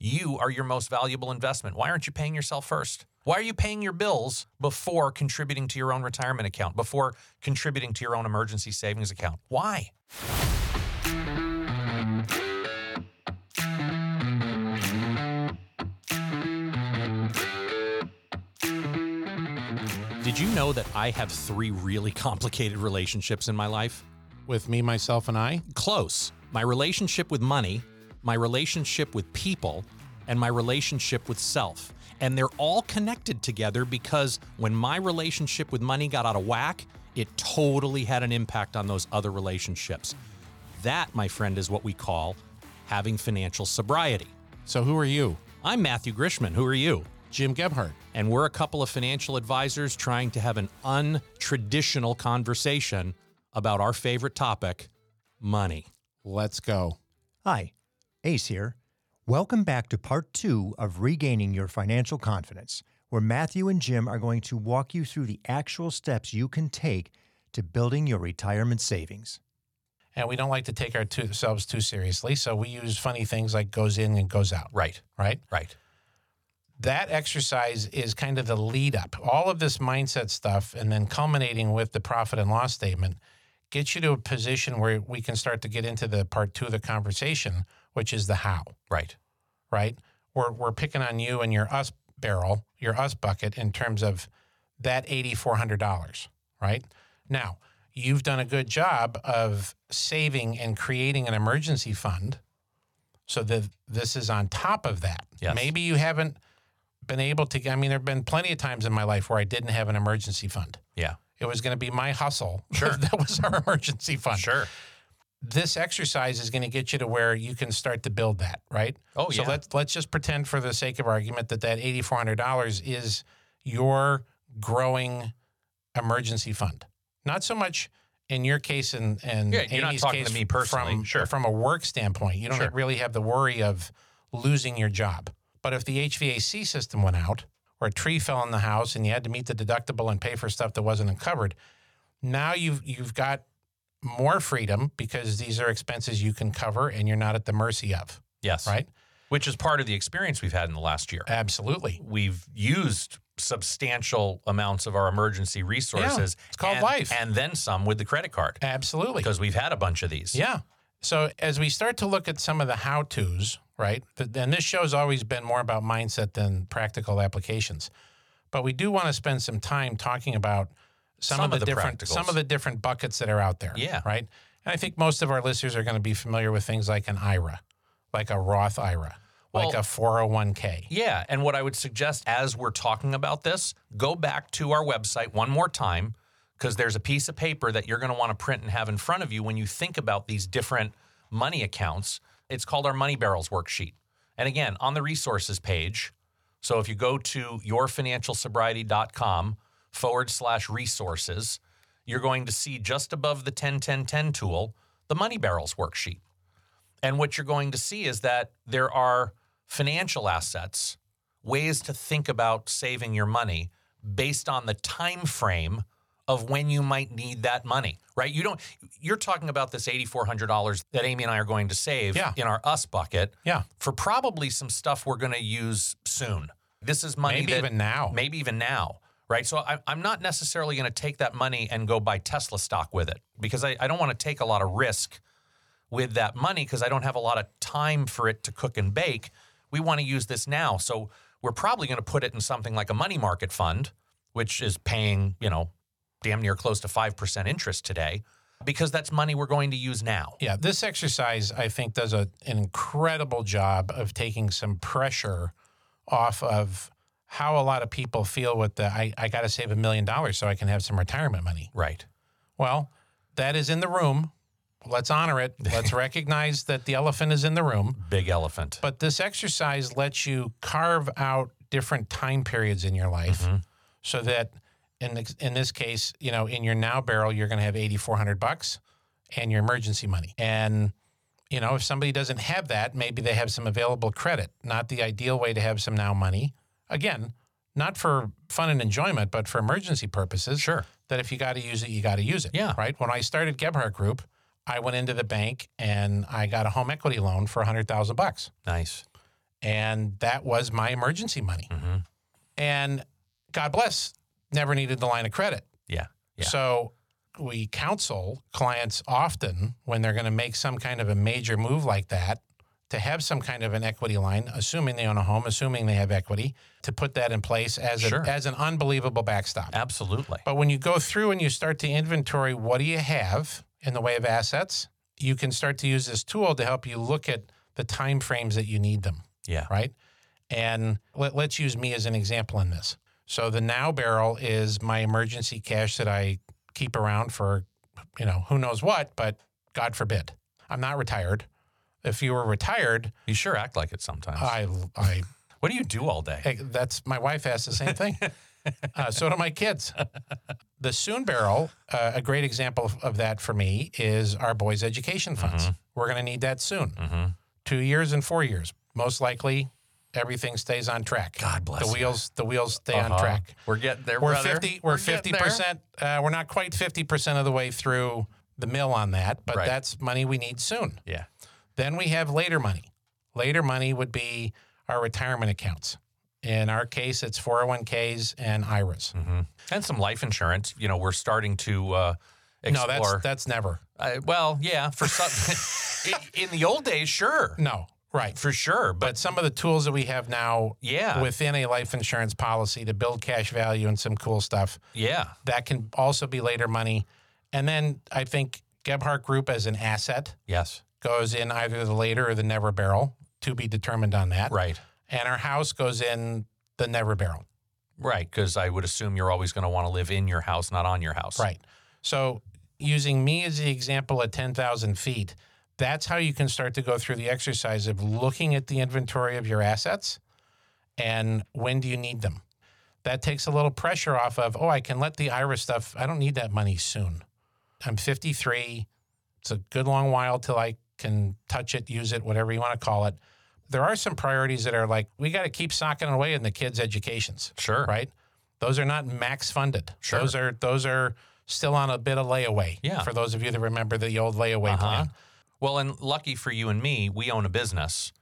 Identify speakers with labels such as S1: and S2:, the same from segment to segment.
S1: You are your most valuable investment. Why aren't you paying yourself first? Why are you paying your bills before contributing to your own retirement account, before contributing to your own emergency savings account? Why? Did you know that I have three really complicated relationships in my life?
S2: With me, myself, and I?
S1: Close. My relationship with money, my relationship with people, and my relationship with self. And they're all connected together because when my relationship with money got out of whack, it totally had an impact on those other relationships. That, my friend, is what we call having financial sobriety.
S2: So who are you?
S1: I'm Matthew Grishman. Who are you?
S2: Jim Gebhardt.
S1: and we're a couple of financial advisors trying to have an untraditional conversation about our favorite topic, money.
S2: Let's go.
S3: Hi, Ace here. Welcome back to part two of Regaining Your Financial Confidence, where Matthew and Jim are going to walk you through the actual steps you can take to building your retirement savings.
S2: And we don't like to take ourselves too seriously, so we use funny things like goes in and goes out,
S1: Right,
S2: right?
S1: right.
S2: That exercise is kind of the lead up. All of this mindset stuff and then culminating with the profit and loss statement gets you to a position where we can start to get into the part 2 of the conversation, which is the how.
S1: Right.
S2: right? We're, we're picking on you and your us barrel, your us bucket in terms of that $8,400, right? Now, you've done a good job of saving and creating an emergency fund so that this is on top of that.
S1: Yes.
S2: Maybe you haven't been able to, I mean, there have been plenty of times in my life where I didn't have an emergency fund.
S1: Yeah.
S2: It was going to be my hustle. Sure. that was our emergency fund
S1: Sure.
S2: this exercise is going to get you to where you can start to build that, right?
S1: Oh,
S2: so
S1: yeah.
S2: let's let's just pretend for the sake of argument that that eighty four hundred dollars is your growing emergency fund. Not so much in your case and and
S1: Yeah, you're not
S2: Amy's
S1: talking to
S2: case
S1: me personally.
S2: From,
S1: Sure.
S2: from a work standpoint, you don't
S1: Sure.
S2: really have the worry of losing your job. But if the HVAC system went out or a tree fell in the house and you had to meet the deductible and pay for stuff that wasn't covered, now you've you've got more freedom because these are expenses you can cover and you're not at the mercy of,
S1: Yes.
S2: right?
S1: Which is part of the experience we've had in the last year.
S2: Absolutely.
S1: We've used substantial amounts of our emergency resources.
S2: It's called
S1: and-
S2: life.
S1: And then some with the credit card
S2: Absolutely.
S1: because we've had a bunch of these.
S2: Yeah. So as we start to look at some of the how to's, right? th- And this show's always been more about mindset than practical applications. But we do want to spend some time talking about some, of the, different
S1: practicals.
S2: some of the different buckets that are out there.
S1: Yeah.
S2: Right. And I think most of our listeners are going to be familiar with things like an IRA, like a Roth IRA, like
S1: Well-
S2: a 401k.
S1: Yeah. And what I would suggest as we're talking about this, go back to our website one more time because there's a piece of paper that you're going to want to print and have in front of you when you think about these different money accounts. It's called our Money Barrels worksheet. And again, on the resources page, so if you go to yourfinancialsobriety.com forward slash resources, you're going to see just above the 10 10 10 tool, the Money Barrels worksheet. And what you're going to see is that there are financial assets, ways to think about saving your money based on the time frame of when you might need that money, right? You don't you're talking about this $8400 that Amy and I are going to save
S2: Yeah.
S1: in our us bucket
S2: Yeah.
S1: for probably some stuff we're going to use soon. This is money
S2: Maybe
S1: that-
S2: even now.
S1: maybe even now, right? So I, I'm not necessarily going to take that money and go buy Tesla stock with it because I, I don't want to take a lot of risk with that money because I don't have a lot of time for it to cook and bake. We want to use this now, so we're probably going to put it in something like a money market fund, which is paying you know damn near close to five percent interest today because that's money we're going to use now.
S2: Yeah, this exercise I think does a, an incredible job of taking some pressure off of how a lot of people feel with the I, I got to save a million dollars so I can have some retirement money.
S1: Right.
S2: Well, that is in the room. Let's honor it. Let's recognize that the elephant is in the room.
S1: Big elephant.
S2: But this exercise lets you carve out different time periods in your
S1: Mm-hmm.
S2: life so that in the, in this case, you know, in your now barrel you're going to have 8400 bucks and your emergency money. And you know, if somebody doesn't have that, maybe they have some available credit. Not the ideal way to have some now money. Again, not for fun and enjoyment, but for emergency purposes.
S1: Sure.
S2: That if you got to use it, you got to use it.
S1: Yeah.
S2: Right. When I started Gebhardt Group, I went into the bank and I got a home equity loan for a hundred thousand bucks
S1: nice.
S2: and that was my emergency money.
S1: Mhm.
S2: And God bless, never needed the line of credit.
S1: Yeah. Yeah.
S2: So we counsel clients often when they're going to make some kind of a major move like that to have some kind of an equity line, assuming they own a home, assuming they have equity, to put that in place as a,
S1: Sure.
S2: as an unbelievable backstop.
S1: Absolutely.
S2: But when you go through and you start to inventory what do you have in the way of assets, you can start to use this tool to help you look at the time frames that you need them,
S1: Yeah.
S2: right? And let, let's use me as an example in this. So the now barrel is my emergency cash that I keep around for, you know, who knows what, but God forbid. I'm not retired. If you were retired,
S1: You sure act like it sometimes.
S2: I I
S1: what do you do all day?
S2: Hey, that's my wife asked the same thing. uh, so do my kids. The Soon Barrel, uh, a great example of, of that for me is our boys' education funds.
S1: Mm-hmm.
S2: We're going to need that soon.
S1: Mhm.
S2: Two years and four years, most likely. Everything stays on track.
S1: God bless
S2: the
S1: you.
S2: wheels. The wheels stay on
S1: Uh-huh.
S2: track.
S1: We're getting there.
S2: We're
S1: brother.
S2: fifty. We're
S1: getting
S2: fifty
S1: there.
S2: percent. Uh, we're not quite fifty percent of the way through the mill on that, but
S1: Right.
S2: that's money we need soon.
S1: Yeah.
S2: Then we have later money. Later money would be our retirement accounts. In our case, it's 401ks and IRAs.
S1: mm-hmm. And some life insurance. You know, we're starting to uh, explore.
S2: No, that's that's never.
S1: I- well, yeah, for some. in, in the old days, sure,
S2: No, right.
S1: for sure, but,
S2: But some of the tools that we have now
S1: yeah,
S2: within a life insurance policy to build cash value and some cool stuff
S1: yeah,
S2: that can also be later money. And then I think Gebhardt Group as an asset
S1: yes,
S2: goes in either the later or the never barrel to be determined on that.
S1: right,
S2: And our house goes in the never barrel.
S1: right. Because I would assume you're always going to want to live in your house, not on your house.
S2: Right. So using me as the example at 10,000 feet, that's how you can start to go through the exercise of looking at the inventory of your assets and when do you need them. That takes a little pressure off of, oh, I can let the IRA stuff, I don't need that money soon. I'm 53. It's a good long while till I can touch it, use it, whatever you want to call it. There are some priorities that are like, we got to keep socking away in the kids' educations
S1: Sure.
S2: right? Those are not max funded.
S1: Sure.
S2: Those are those are still on a bit of layaway.
S1: Yeah.
S2: For those of you that remember the old layaway
S1: Uh-huh.
S2: plan.
S1: Well, and lucky for you and me, we own a business.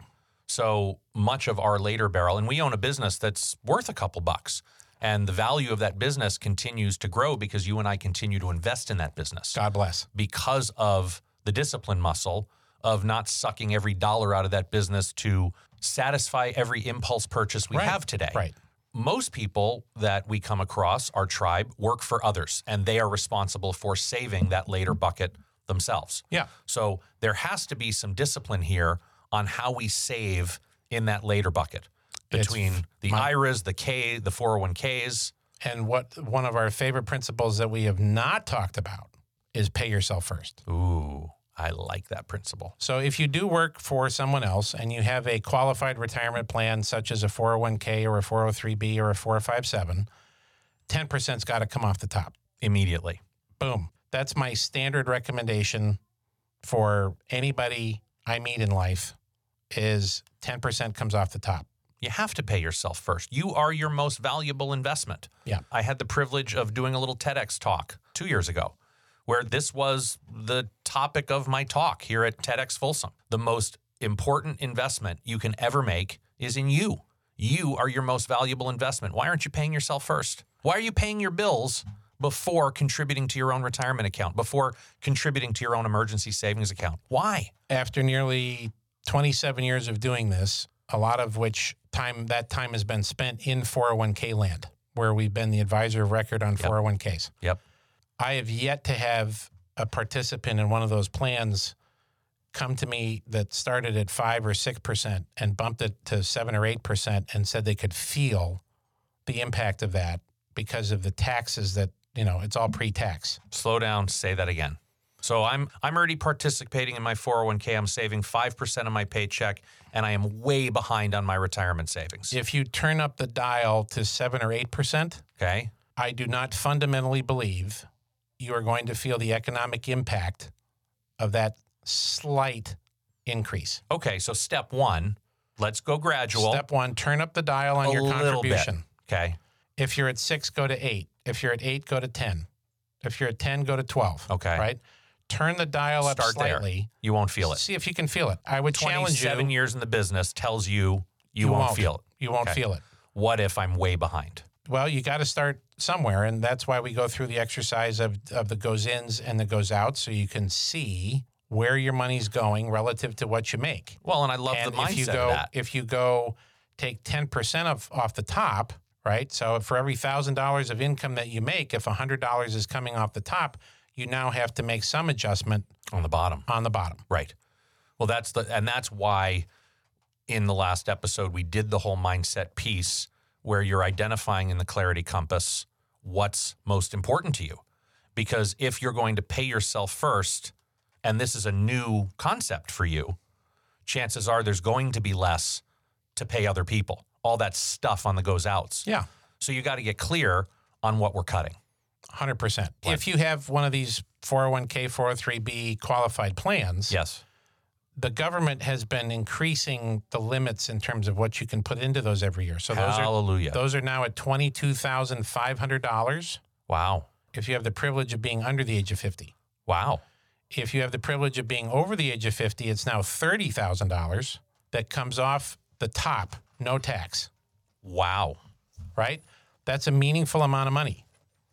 S1: So much of our later barrel, and we own a business that's worth a couple bucks. And the value of that business continues to grow because you and I continue to invest in that business.
S2: God bless.
S1: because of the discipline muscle of not sucking every dollar out of that business to satisfy every impulse purchase we
S2: Right,
S1: have today.
S2: right.
S1: Most people that we come across, our tribe, work for others and they are responsible for saving that later bucket themselves.
S2: Yeah.
S1: So there has to be some discipline here on how we save in that later bucket
S2: It's
S1: between the IRAs, the K, the 401ks.
S2: And what one of our favorite principles that we have not talked about is pay yourself first.
S1: Ooh, I like that principle.
S2: So if you do work for someone else and you have a qualified retirement plan such as a 401k or a 403b or a oh 457, 10%'s got to come off the top.
S1: Immediately.
S2: boom. That's my standard recommendation for anybody I meet in life is 10% comes off the top.
S1: You have to pay yourself first. You are your most valuable investment.
S2: Yeah.
S1: I had the privilege of doing a little TEDx talk two years ago where this was the topic of my talk here at TEDx Folsom. The most important investment you can ever make is in you. You are your most valuable investment. Why aren't you paying yourself first? Why are you paying your bills before contributing to your own retirement account, before contributing to your own emergency savings account? Why?
S2: After nearly 27 years of doing this, a lot of which time that time has been spent in 401k land where we've been the advisor of record on 401ks.
S1: Yep.
S2: I have yet to have a participant in one of those plans come to me that started at five or six percent and bumped it to seven or eight percent and said they could feel the impact of that because of the taxes that you know it's all pre-tax.
S1: Slow down, say that again. So I'm I'm already participating in my 401k. I'm saving 5% of my paycheck and I am way behind on my retirement savings.
S2: If you turn up the dial to seven or eight percent,
S1: Okay?
S2: I do not fundamentally believe you are going to feel the economic impact of that slight increase.
S1: Okay, so step 1, let's go gradual.
S2: Step one: turn up the dial on
S1: A
S2: your
S1: little bit.
S2: contribution.
S1: okay.
S2: If you're at six, go to eight. If you're at eight, go to 10. If you're at 10, go to 12.
S1: Okay.
S2: Right? Turn the dial up
S1: Start there.
S2: slightly.
S1: You won't feel it.
S2: See if you can feel it. I would challenge
S1: 27
S2: you.
S1: years in the business tells you you, won't, feel it.
S2: You won't
S1: Okay.
S2: feel it.
S1: What if I'm way behind?
S2: Well, you got to start somewhere, and that's why we go through the exercise of of the goes ins and the goes out, so you can see where your money's going relative to what you make.
S1: Well, and I love
S2: and
S1: the mindset
S2: if you
S1: of
S2: go
S1: that.
S2: if you go take 10% of, off the top right so for every $1000 of income that you make if $100 is coming off the top you now have to make some adjustment
S1: on the bottom.
S2: on the bottom
S1: Right. Well, that's the and that's why in the last episode we did the whole mindset piece where you're identifying in the clarity compass what's most important to you. Because if you're going to pay yourself first and this is a new concept for you, chances are there's going to be less to pay other people. All that stuff on the goes outs.
S2: yeah
S1: So you got to get clear on what we're cutting.
S2: 100% if you have one of these 401k 403b qualified plans
S1: Yes.
S2: the government has been increasing the limits in terms of what you can put into those every year so those are
S1: Hallelujah.
S2: those are now at $22500
S1: wow.
S2: if you have the privilege of being under the age of 50
S1: Wow.
S2: if you have the privilege of being over the age of 50, it's now $30,000 that comes off the top, no tax,
S1: Wow.
S2: right? That's a meaningful amount of money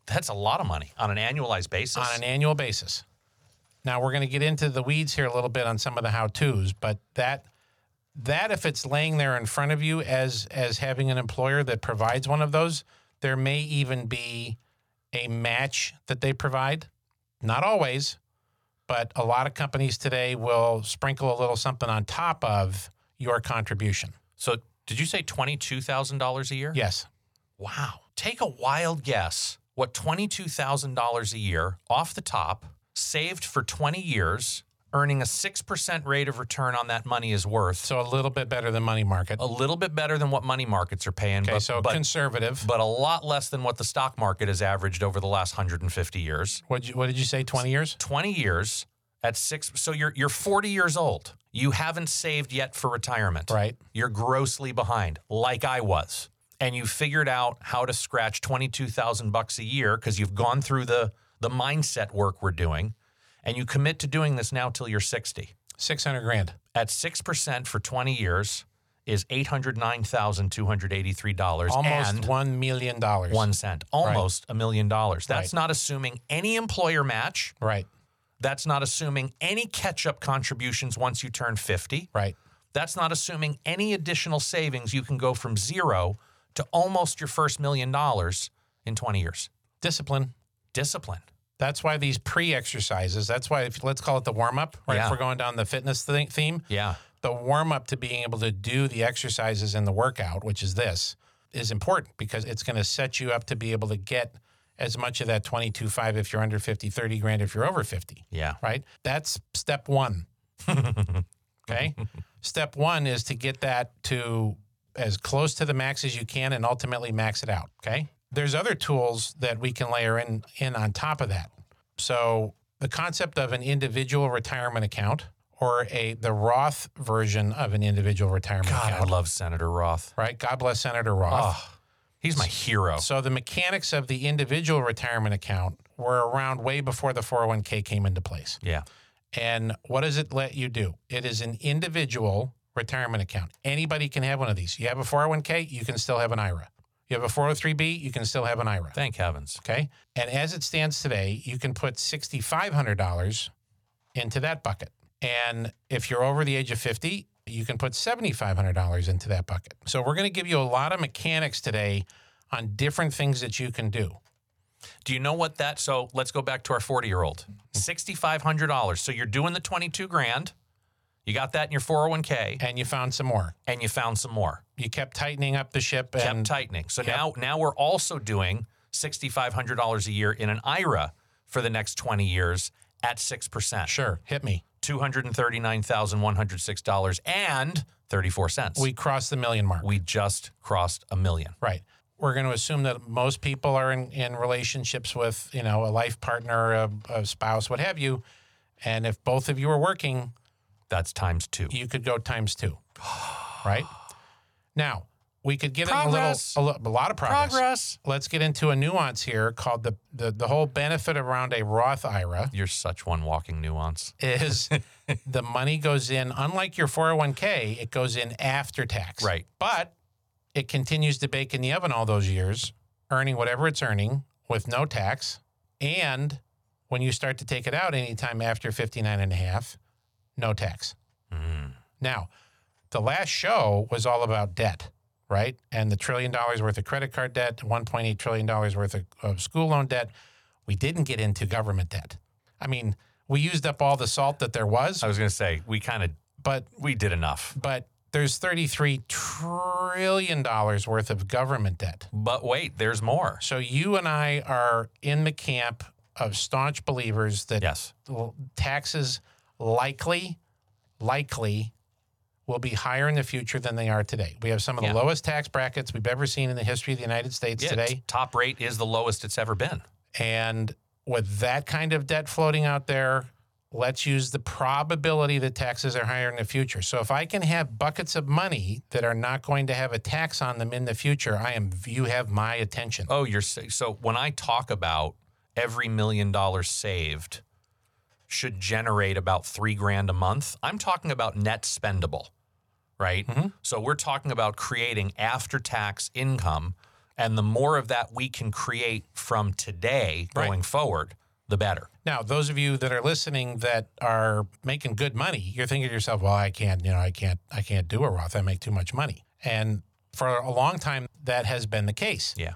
S1: That's a lot of money on an annualized basis.
S2: on an annual basis. Now we're going to get into the weeds here a little bit on some of the how-tos, but that that if it's laying there in front of you as as having an employer that provides one of those, there may even be a match that they provide. Not always, but a lot of companies today will sprinkle a little something on top of your contribution.
S1: so, did you say twenty-two thousand dollars a year?
S2: Yes.
S1: Wow. Take a wild guess. What twenty-two thousand dollars a year off the top, saved for twenty years, earning a six percent rate of return on that money is worth.
S2: So a little bit better than money market.
S1: A little bit better than what money markets are paying,
S2: Okay,
S1: Oh, but,
S2: so
S1: but,
S2: conservative.
S1: but a lot less than what the stock market has averaged over the last hundred and fifty years.
S2: What you, what did you say 20 years?
S1: 20 years at six. So you're you're 40 years old. You haven't saved yet for retirement.
S2: Right.
S1: You're grossly behind, like I was. And you figured out how to scratch 22,000 bucks a year because you've gone through the the mindset work we're doing, and you commit to doing this now till you're 60.
S2: 600 grand.
S1: At 6% for 20 years is $809,283
S2: Almost
S1: and
S2: $1 million. One.
S1: one cent, almost a million dollars. That's
S2: Right.
S1: not assuming any employer match.
S2: Right,
S1: That's not assuming any catch up contributions once you turn 50.
S2: right.
S1: That's not assuming any additional savings. You can go from zero to almost your first million dollars in 20 years.
S2: Discipline.
S1: Discipline.
S2: That's why these pre exercises, that's why if, let's call it the warm up, right?
S1: Yeah.
S2: If we're going down the fitness thing, theme,
S1: Yeah.
S2: the warm up to being able to do the exercises in the workout, which is this, is important because it's going to set you up to be able to get as much of that 22.5 if you're under 50, 30 grand if you're over 50.
S1: Yeah.
S2: right? That's step one. okay. Step one is to get that to as close to the max as you can and ultimately max it out. Okay. There's other tools that we can layer in, in on top of that. So the concept of an individual retirement account or a the Roth version of an individual retirement
S1: Oh God, I
S2: account.
S1: love Senator Roth.
S2: Right. God bless Senator Roth.
S1: He's my hero.
S2: So the mechanics of the individual retirement account were around way before the 401k came into place.
S1: Yeah.
S2: And what does it let you do? It is an individual retirement account. Anybody can have one of these. You have a 401k, you can still have an IRA. You have a 403b, you can still have an IRA.
S1: Thank heavens.
S2: Okay. And as it stands today, you can put $6,500 into that bucket. And if you're over the age of 50, you can put $7,500 into that bucket. So we're going to give you a lot of mechanics today on different things that you can do.
S1: Do you know what that? So let's go back to our 40 year old. $6,500. So you're doing the 22 grand. You got that in your 401k
S2: And you found some more.
S1: and you found some more.
S2: You kept tightening up the ship
S1: kept
S2: and
S1: tightening. So now now we're also doing sixty five hundred dollars a year in an IRA for the next twenty years at six percent,
S2: sure, hit me.
S1: two hundred and thirty nine thousand one hundred six dollars and thirty four cents.
S2: We crossed the million mark.
S1: we just crossed a million.
S2: Right. We're going to assume that most people are in, in relationships with, you know, a life partner, a, a spouse, what have you. And if both of you are working,
S1: That's times two.
S2: you could go times two. Right. Now, we could get in
S1: Progress.
S2: a little, a, lo- a lot of progress. Let's get into a nuance here called the, the the whole benefit around a Roth IRA
S1: You're such one walking nuance.
S2: is the money goes in. Unlike your 401k, it goes in after tax.
S1: Right.
S2: But it continues to bake in the oven all those years, earning whatever it's earning with no tax. And when you start to take it out anytime after 59 and a half, no tax.
S1: Mm.
S2: Now, the last show was all about debt, right? And the trillion dollars worth of credit card debt, $1.8 trillion worth of, of school loan debt. We didn't get into government debt. I mean, we used up all the salt that there was,
S1: I was going to say we kind of
S2: but
S1: we did enough.
S2: but there's $33 trillion worth of government debt.
S1: But wait, there's more.
S2: So you and I are in the camp of staunch believers that
S1: Yes.
S2: l- taxes likely, likely will be higher in the future than they are today. We have some of the
S1: Yeah.
S2: lowest tax brackets we've ever seen in the history of the United States
S1: Yeah,
S2: today.
S1: top rate is the lowest it's ever been.
S2: And with that kind of debt floating out there, let's use the probability that taxes are higher in the future. So if I can have buckets of money that are not going to have a tax on them in the future, I am you have my attention.
S1: Oh, you're sa- so when I talk about every million dollars saved should generate about three grand a month, I'm talking about net spendable, right?
S2: Mm-hmm.
S1: So we're talking about creating after tax income. And the more of that we can create from today
S2: Right.
S1: going forward, the better.
S2: Now, those of you that are listening that are making good money, you're thinking to yourself, "Well, I can't, you know, I can't, I can't do a Roth. I make too much money." And for a long time, that has been the case.
S1: Yeah.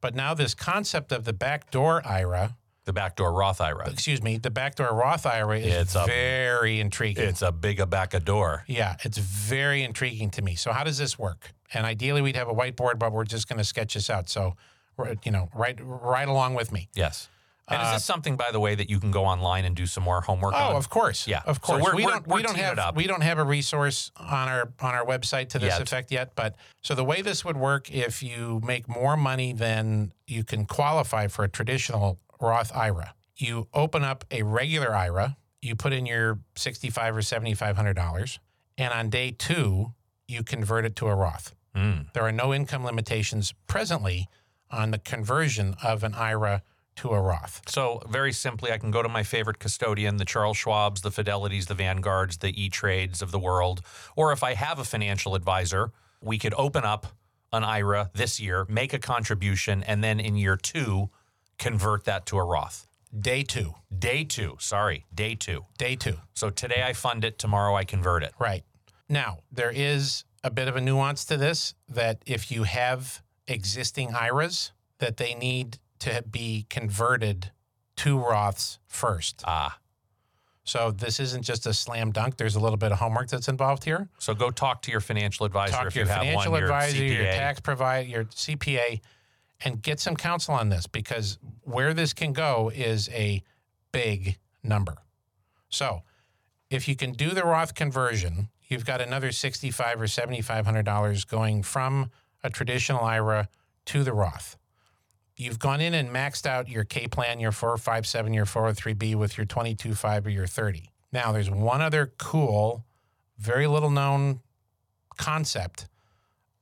S2: But now, this concept of the backdoor IRA,
S1: The backdoor Roth IRA.
S2: excuse me, the backdoor Roth IRA is
S1: It's a-
S2: very intriguing.
S1: It's a big a back a door.
S2: yeah, it's very intriguing to me. So, how does this work? And ideally, we'd have a whiteboard, but we're just going to sketch this out. So, right- you know, right, right along with me.
S1: Yes. And is this something, by the way, that you can go online and do some more homework on?
S2: Uh, Oh, of course.
S1: Yeah.
S2: of
S1: So
S2: course.
S1: we're-
S2: we
S1: we're-
S2: don't.
S1: we're
S2: we don't
S1: teeing
S2: have.
S1: it up.
S2: We don't have a resource on our on our website to this
S1: Yet.
S2: effect yet. But so the way this would work, if you make more money than you can qualify for a traditional Roth IRA, you open up a regular IRA. You put in your sixty-five or seventy-five hundred dollars, and on day two, you convert it to a Roth.
S1: Mm.
S2: There are no income limitations presently on the conversion of an IRA to a Roth.
S1: So very simply, I can go to my favorite custodian, the Charles Schwab's, the Fidelities, the Vanguards, the E Trades of the world. Or if I have a financial advisor, we could open up an IRA this year, make a contribution, and then in year two, convert that to a Roth.
S2: Day two.
S1: Day two, sorry, day two.
S2: Day two.
S1: So today I fund it, tomorrow I convert it.
S2: Right. Now, there is a bit of a nuance to this that if you have existing IRAs, that they need to be converted to Roths first.
S1: Ah,
S2: So this isn't just a slam dunk. There's a little bit of homework that's involved here.
S1: so go talk to your financial advisor
S2: Talk
S1: if
S2: to your
S1: you have
S2: financial
S1: one, your
S2: advisor,
S1: CPA.
S2: your tax provider, your CPA, and get some counsel on this because where this can go is a big number. So if you can do the Roth conversion, you've got another sixty-five or seventy-five hundred dollars going from a traditional IRA to the Roth. You've gone in and maxed out your K plan, your four, five, seven, your four hundred three B with your twenty-two five or your thirty. Now there's one other cool, very little known concept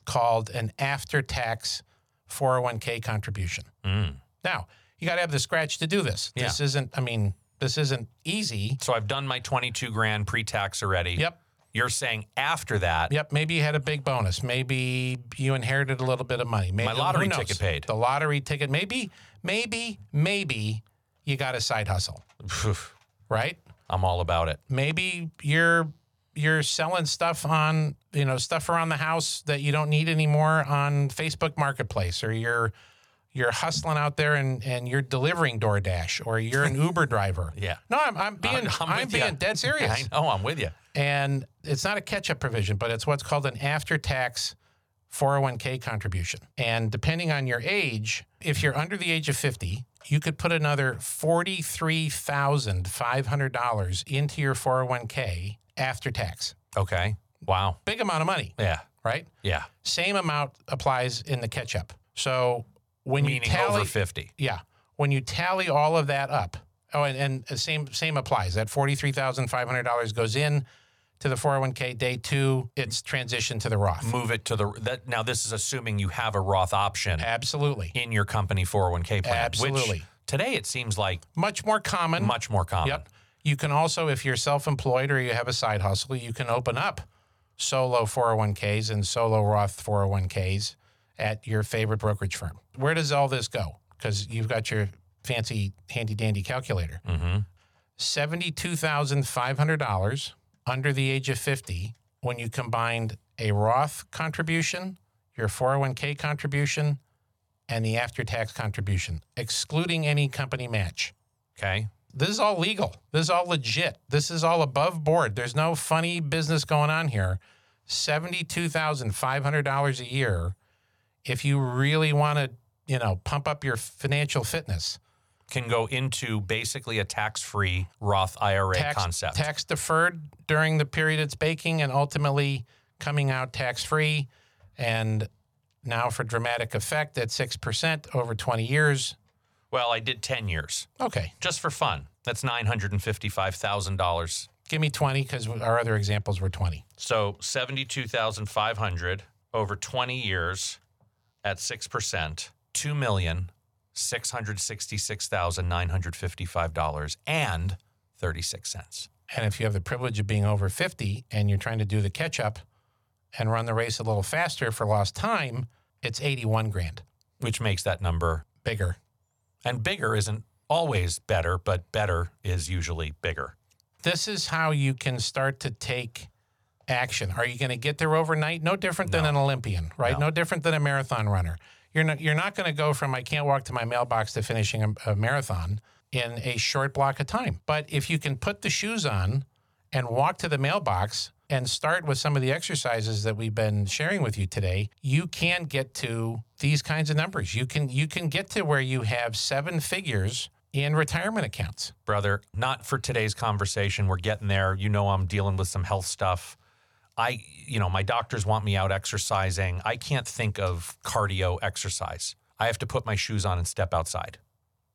S2: called an after-tax 401k contribution.
S1: Mm.
S2: Now, you got to have the scratch to do this. This isn't I mean, this isn't easy.
S1: So I've done my 22 grand pre-tax already.
S2: Yep.
S1: You're saying after that,
S2: Yep, maybe you had a big bonus. Maybe you inherited a little bit of money. Maybe,
S1: My lottery
S2: who knows?
S1: ticket paid.
S2: The lottery ticket. Maybe, maybe, maybe you got a side hustle,
S1: phew,
S2: right?
S1: I'm all about it.
S2: Maybe you're you're selling stuff on you know stuff around the house that you don't need anymore on Facebook Marketplace, or you're you're hustling out there and and you're delivering DoorDash, or you're an Uber driver.
S1: Yeah.
S2: No, I'm, I'm being I'm,
S1: I'm- I'm with
S2: being
S1: ya.
S2: dead serious.
S1: I know, I'm with you.
S2: and it's not a catch-up provision, but it's what's called an after-tax 401k contribution. And depending on your age, if you're under the age of 50, you could put another $43,500 into your 401k after tax.
S1: Okay. Wow.
S2: Big amount of money,
S1: Yeah.
S2: right?
S1: Yeah.
S2: Same amount applies in the catch-up. So when you
S1: Meaning
S2: tally
S1: over 50.
S2: yeah. When you tally all uh, of that up, oh, and, and the same same applies. That forty three thousand five hundred dollars goes in to the 401k. Day two, it's transitioned to the Roth.
S1: Move it to the that now this is assuming you have a Roth option
S2: Absolutely.
S1: in your company 401k plan. Which
S2: Absolutely.
S1: today it seems like
S2: Much more common.
S1: much more common.
S2: Yep. You can also, if you're self employed or you have a side hustle, you can open up solo 401ks and solo Roth 401ks at your favorite brokerage firm. Where does all this go? Because you've got your fancy, handy dandy calculator.
S1: Mhm.
S2: $72,500 under the age of 50 when you combined a Roth contribution, your 401k contribution, and the after tax contribution, excluding any company match
S1: Okay.
S2: this is all legal. This is all legit. This is all above board. There's no funny business going on here. $72,500 a year if you really want to, you know, pump up your financial fitness.
S1: Can go into basically a tax-free Roth IRA
S2: Tax,
S1: concept.
S2: tax deferred during the period it's baking and ultimately coming out tax free. And now for dramatic effect at 6% over 20 years.
S1: Well, I did 10 years
S2: Okay.
S1: just for fun. That's $955,000.
S2: Give me 20 because our other examples were 20.
S1: So 72,500 over 20 years at 6%, $2,666,955 and 36 cents.
S2: And if you have the privilege of being over 50 and you're trying to do the catch up and run the race a little faster for lost time, it's 81 grand
S1: which makes that number
S2: bigger.
S1: and bigger isn't always better, but better is usually bigger.
S2: This is how you can start to take action. Are you going to get there overnight? No different than
S1: No.
S2: an Olympian, right?
S1: No.
S2: No, different than a marathon runner. You're not, you're not going to go from I can't walk to my mailbox to finishing a, a marathon in a short block of time. But if you can put the shoes on and walk to the mailbox and start with some of the exercises that we've been sharing with you today, you can get to these kinds of numbers. You can you can get to where you have seven figures in retirement accounts.
S1: Brother, not for today's conversation. We're getting there. You know, I'm dealing with some health stuff. I, you know, my doctors want me out exercising. I can't think of cardio exercise. I have to put my shoes on and step outside.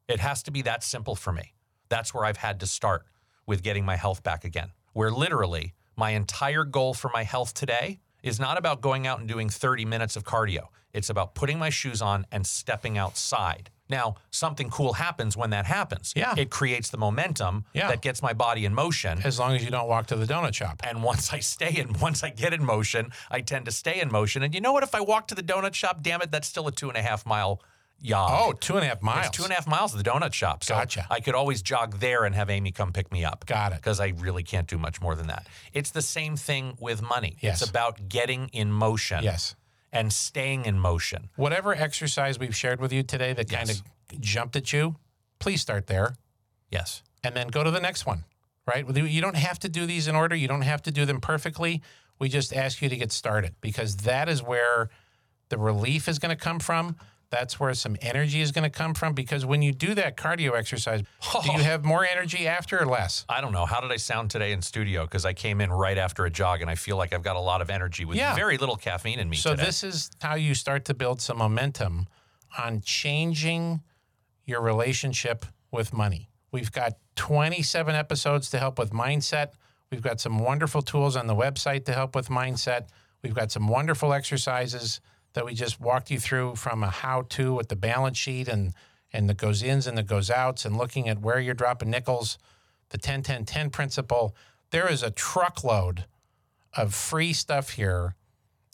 S1: It has to be that simple for me. That's where I've had to start with getting my health back again, where literally my entire goal for my health today is not about going out and doing 30 minutes of cardio. It's about putting my shoes on and stepping outside. Now, something cool happens when that happens.
S2: Yeah.
S1: It creates the momentum
S2: Yeah.
S1: that gets my body in motion.
S2: As long as you don't walk to the donut shop.
S1: And once I stay in, once I get in motion, I tend to stay in motion. And you know what? If I walk to the donut shop, damn it, that's still a two and a half mile jog.
S2: Oh, two and a half miles.
S1: It's two and a half miles to the donut shop. So
S2: Gotcha.
S1: I could always jog there and have Amy come pick me up.
S2: Got it.
S1: Because I really can't do much more than that. It's the same thing with money.
S2: Yes.
S1: It's about getting in motion
S2: Yes.
S1: and staying in motion.
S2: Whatever exercise we've shared with you today that kind
S1: Yes.
S2: of jumped at you, please start there
S1: Yes.
S2: and then go to the next one, right? You don't have to do these in order. You don't have to do them perfectly. We just ask you to get started because that is where the relief is going to come from. That's where some energy is going to come from because when you do that cardio exercise, do you have more energy after or less?
S1: I don't know. How did I sound today in studio? Because I came in right after a jog and I feel like I've got a lot of energy with
S2: Yeah.
S1: very little caffeine in me
S2: So
S1: today.
S2: this is how you start to build some momentum on changing your relationship with money. We've got 27 episodes to help with mindset. We've got some wonderful tools on the website to help with mindset. We've got some wonderful exercises that we just walked you through from a how to with the balance sheet and and the goes ins and the goes outs and looking at where you're dropping nickels, the 10 10 10 principle. There is a truckload of free stuff here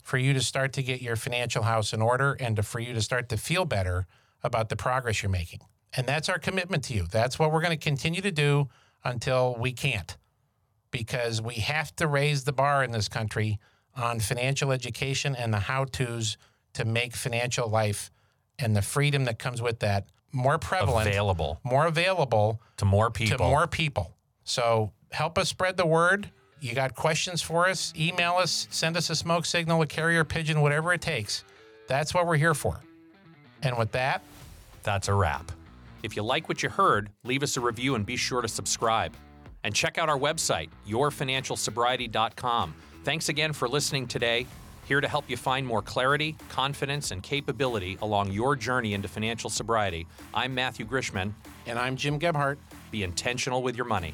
S2: for you to start to get your financial house in order and to, for you to start to feel better about the progress you're making. And that's our commitment to you. That's what we're going to continue to do until we can't, because we have to raise the bar in this country on financial education and the how to's to make financial life and the freedom that comes with that more prevalent,
S1: available
S2: more available
S1: to more people.
S2: to more people. So help us spread the word. You got questions for us? Email us, send us a smoke signal, a carrier pigeon, whatever it takes. That's what we're here for. And with that,
S1: That's a wrap. If you like what you heard, leave us a review and be sure to subscribe. And check out our website, yourfinancialsobriety.com. Thanks again for listening today. Here to help you find more clarity, confidence, and capability along your journey into financial sobriety, I'm Matthew Grishman.
S2: and I'm Jim Gebhardt.
S1: Be intentional with your money.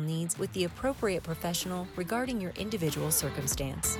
S4: needs with the appropriate professional regarding your individual circumstance.